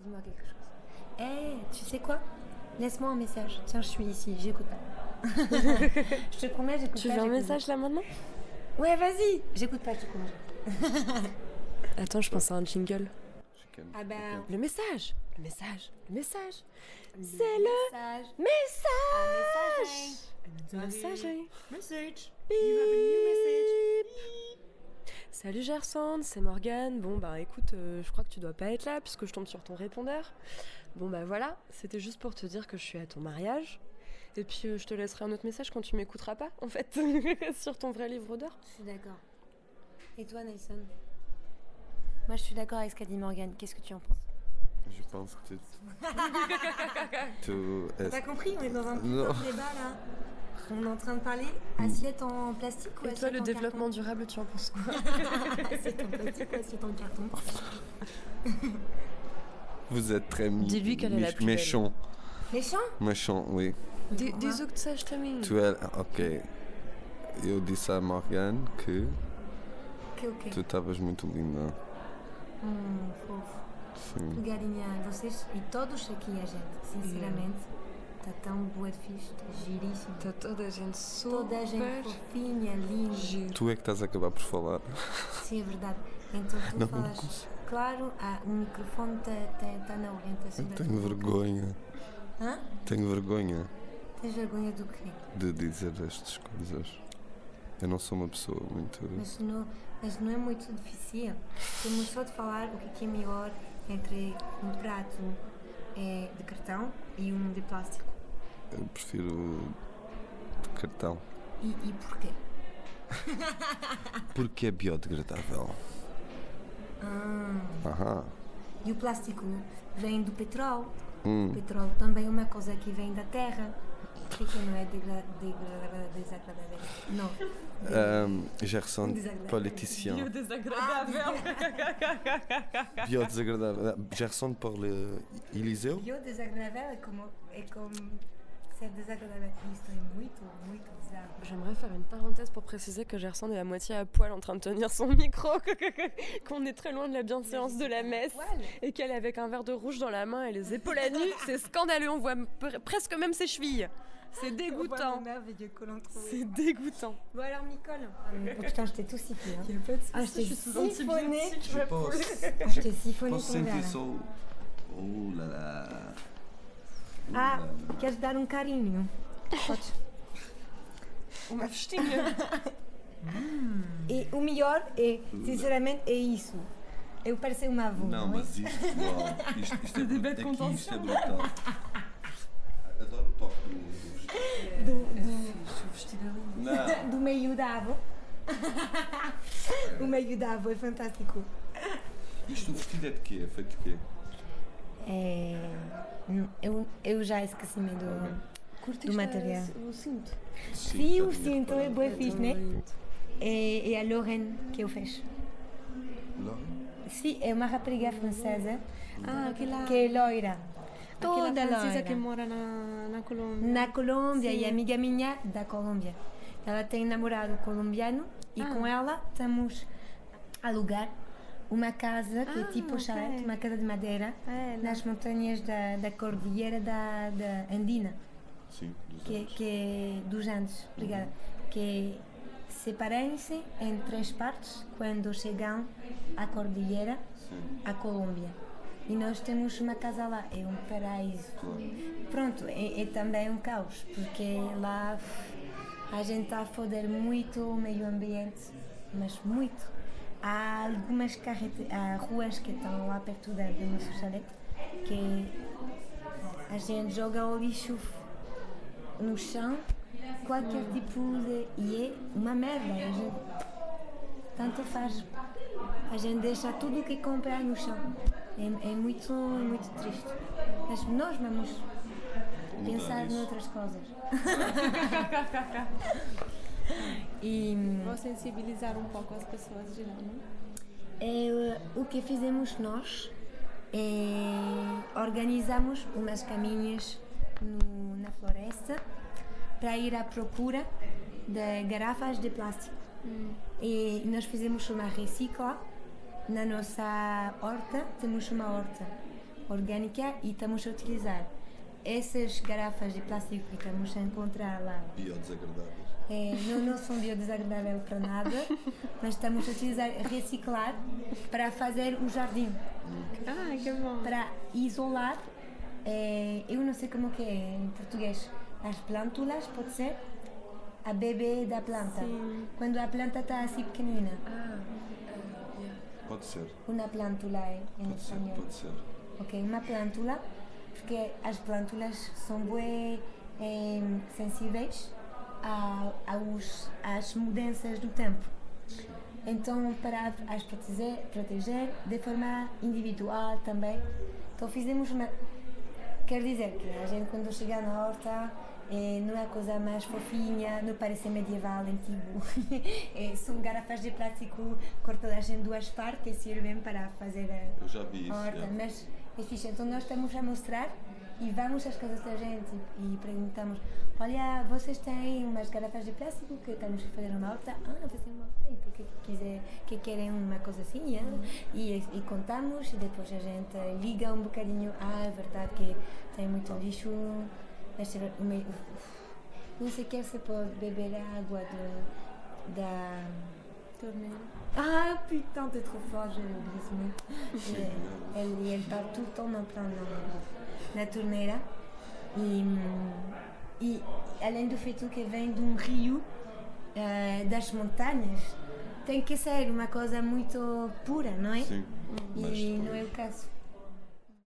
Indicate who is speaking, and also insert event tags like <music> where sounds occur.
Speaker 1: Dis-moi quelque chose. Eh, tu sais quoi Laisse-moi un message. Tiens, je suis ici, j'écoute
Speaker 2: <laughs>
Speaker 1: pas. je te promets, j'écoute
Speaker 2: Tu
Speaker 1: pas.
Speaker 2: veux un
Speaker 1: j'écoute
Speaker 2: message là maintenant
Speaker 1: pas. Ouais, vas-y J'écoute pas, je te promets.
Speaker 2: Attends, je pense à un jingle.
Speaker 3: C'est quand même-
Speaker 1: Ah ben.
Speaker 2: Le message Le message Le message
Speaker 1: C'est le message. Message.
Speaker 2: Le message hein.
Speaker 1: Message.
Speaker 2: Salut Gerson, c'est Morgane. Bon bah écoute, euh, je crois que tu dois pas être là puisque je tombe sur ton répondeur. Bon bah voilà, c'était juste pour te dire que je suis à ton mariage. Et puis euh, je te laisserai un autre message quand tu m'écouteras pas en fait <laughs> sur ton vrai livre d'or.
Speaker 1: Je suis d'accord. Et toi, Nelson Moi, je suis d'accord avec ce qu'a dit Morgane. Qu'est-ce que tu en penses
Speaker 3: Je pense que tout euh,
Speaker 1: T'as
Speaker 3: est...
Speaker 1: compris On est dans un petit
Speaker 3: Non.
Speaker 1: débat là. On est en train de parler assiette en plastique ou
Speaker 2: Et
Speaker 1: assiette
Speaker 2: toi le
Speaker 1: en
Speaker 2: développement durable, tu en penses quoi
Speaker 1: carton Assiette en plastique ou assiette en
Speaker 2: <laughs>
Speaker 1: carton
Speaker 3: Vous êtes très mi-
Speaker 2: Dis-lui qu'elle est la
Speaker 3: mi-
Speaker 2: plus belle.
Speaker 3: méchant.
Speaker 1: Méchant
Speaker 3: Méchant, oui.
Speaker 2: Des
Speaker 1: Pourquoi
Speaker 2: autres sages t'aiment.
Speaker 3: Tu es... Ok. Eu disse à Morgan que
Speaker 1: Ok, ok.
Speaker 3: tu estavas muito linda.
Speaker 1: Hum, fofo.
Speaker 3: Sim.
Speaker 1: Galinha, vocês e todos aqui, a gente, sinceramente, tá tão boa de fixe, tá giríssimo.
Speaker 2: T'as toda a gente super.
Speaker 1: Toda a gente fofinha, linda.
Speaker 2: giro.
Speaker 3: Tu é que estás a acabar por falar.
Speaker 1: Sim, é verdade. Então tu
Speaker 3: Não, não
Speaker 1: falas. claro, ah, o microfone está tá, tá na orientação
Speaker 3: Eu
Speaker 1: da
Speaker 3: tenho
Speaker 1: tua boca.
Speaker 3: vergonha.
Speaker 1: tá. Hã?
Speaker 3: Tenho vergonha
Speaker 1: Tens vergonha do quê?
Speaker 3: de dizer estas coisas. Eu não sou uma pessoa muito.
Speaker 1: Mas não, mas não é muito difícil. Temos só de falar o que é que é melhor entre um prato eh, de cartão e um de plástico.
Speaker 3: Eu prefiro de cartão.
Speaker 1: E, e porquê?
Speaker 3: Porque é biodegradável.
Speaker 1: Ah,
Speaker 3: Aham.
Speaker 1: e o plástico vem do petróleo. O
Speaker 3: Hum.
Speaker 1: petróleo também é uma coisa que vem da terra. Por que que não é degra- degra- desagradável? Não.
Speaker 3: Ahm, Euh, Gerson,
Speaker 1: Desagradável.
Speaker 3: politicien.
Speaker 1: Ah,
Speaker 3: Biodesagradável. Gerson pour le Eliseu?
Speaker 1: E o desagradável é como, é como ser desagradável. Isto é muito, muito desagradável.
Speaker 2: J'aimerais faire une parenthèse pour préciser que Gerson est à moitié à poil en train de tenir son micro, <laughs> qu'on est très loin de la bienséance de la messe. Et qu'elle est avec un verre de rouge dans la main et les
Speaker 1: <laughs>
Speaker 2: épaules à nu, c'est scandaleux, on voit pre- presque même ses chevilles. C'est dégoûtant.
Speaker 1: merveilleux que l'on trouve.
Speaker 2: C'est dégoûtant.
Speaker 1: Bon alors, Nicole. Oh putain, je t'ai tout sifflé. hein.
Speaker 2: Il a pas de
Speaker 1: Ah, je t'ai siphonné.
Speaker 3: Je posso.
Speaker 1: Ah, je t'ai siphonné ton verre. là.
Speaker 3: o. Oh là là. Oh um
Speaker 1: Ah, queres dar um carinho? Podes. E o melhor é, sinceramente, é isso. Eu pareço uma avó, não, é?
Speaker 3: isto, uau, isto, isto é
Speaker 2: bad
Speaker 3: brutal.
Speaker 2: contention.
Speaker 3: brutal. Adoro o toque do- do vestido.
Speaker 1: Do, do,
Speaker 3: Não.
Speaker 1: <laughs> do meio da avó. o meio da avó é fantástico.
Speaker 3: Isto o vestido é de quê? É feito de quê?
Speaker 1: É... hum, Eu, eu já esqueci-me do... Do material. Sim, o cinto é bué fixe, né? É, é a Lorraine que eu fiz. Sim, é uma rapariga francesa
Speaker 2: Ah, aquela,
Speaker 1: que é loira.
Speaker 2: aquela
Speaker 1: Toda
Speaker 2: francesa
Speaker 1: loira.
Speaker 2: que mora na, na Colômbia.
Speaker 1: Na Colômbia
Speaker 2: Sim.
Speaker 1: e amiga minha da Colômbia. Ela tem namorado colombiano e
Speaker 2: Ah.
Speaker 1: com ela estamos a alugar uma casa que é
Speaker 2: Ah,
Speaker 1: tipo chalet,
Speaker 2: ok.
Speaker 1: uma casa de madeira,
Speaker 2: É, né?
Speaker 1: nas montanhas da, da cordilheira da, da Andina.
Speaker 3: Sim, dos
Speaker 1: que,
Speaker 3: anos.
Speaker 1: que é dos Andes, obrigada,
Speaker 2: Uhum.
Speaker 1: que separem-se em três partes quando chegam à cordilheira,
Speaker 3: Sim,
Speaker 1: à Colômbia. E nós temos uma casa lá, é um paraíso.
Speaker 3: claro.
Speaker 1: Pronto, é, é também um caos, porque lá f- a gente está a foder muito o meio ambiente, mas muito. Há algumas carrete... Há ruas que estão lá perto da, do nosso chalé que a gente joga o lixo f- no chão, qualquer tipo de. e é uma merda. A gente... Tanto faz. A gente deixa tudo o que compra no chão. É, é muito, é muito triste. Mas nós vamos pensar
Speaker 3: isso.
Speaker 1: noutras coisas. e
Speaker 4: Vou sensibilizar um pouco as pessoas de lá, né?
Speaker 1: é, o que fizemos nós é organizamos umas caminhas no- na floresta para ir à procura de garrafas de plástico. E nós fizemos uma recicla na nossa horta, temos uma horta orgânica e estamos a utilizar essas garrafas de plástico que estamos a encontrar lá.
Speaker 3: Biodesagradáveis.
Speaker 1: É, não, não são biodesagradáveis para nada, mas estamos a utilizar reciclar para fazer o jardim,
Speaker 4: Ah, que bom.
Speaker 1: para isolar. é, eu não sei como que é em português. As plântulas, pode ser? A bebê da planta.
Speaker 4: Sim.
Speaker 1: Quando a planta está assim pequenina.
Speaker 3: Pode ser,
Speaker 1: Uma plântula é em
Speaker 3: pode ser,
Speaker 1: espanhol.
Speaker 3: pode ser.
Speaker 1: Ok, uma plântula, porque as plântulas são bem em, sensíveis a, aos, às mudanças do tempo. Então, para as proteger, proteger de forma individual também. Então, fizemos uma. Quer dizer que a gente, quando chega na horta, eh, não é a coisa mais fofinha, não parece medieval, antigo. <laughs> Eh, São garrafas de plástico cortadas em duas partes que servem para fazer eh, a,
Speaker 3: Eu já vi isso.
Speaker 1: horta,
Speaker 3: yeah.
Speaker 1: mas é fixe. Então nós estamos a mostrar e vamos às casas da gente e perguntamos: Olha, vocês têm umas garrafas de plástico que estamos a fazer uma horta? Ah, não fazemos uma horta, e porque quiser, que querem uma coisa assim? hein? E, e contamos, e depois a gente liga um bocadinho: Ah, é verdade que tem muito lixo, este, o meio- nem sequer se pode beber a água do, da.
Speaker 4: Torneira.
Speaker 1: Ah putain, t'es trop fort, j'ai oublié ce mot. Et Elle, et elle parle tout le temps maintenant dans la torneira. E, hum, e além do feito que vem de um rio eh, das montanhas, tem que ser uma coisa muito pura, não é?
Speaker 3: Sim,
Speaker 1: E
Speaker 3: mas
Speaker 1: não é
Speaker 3: depois
Speaker 1: o caso.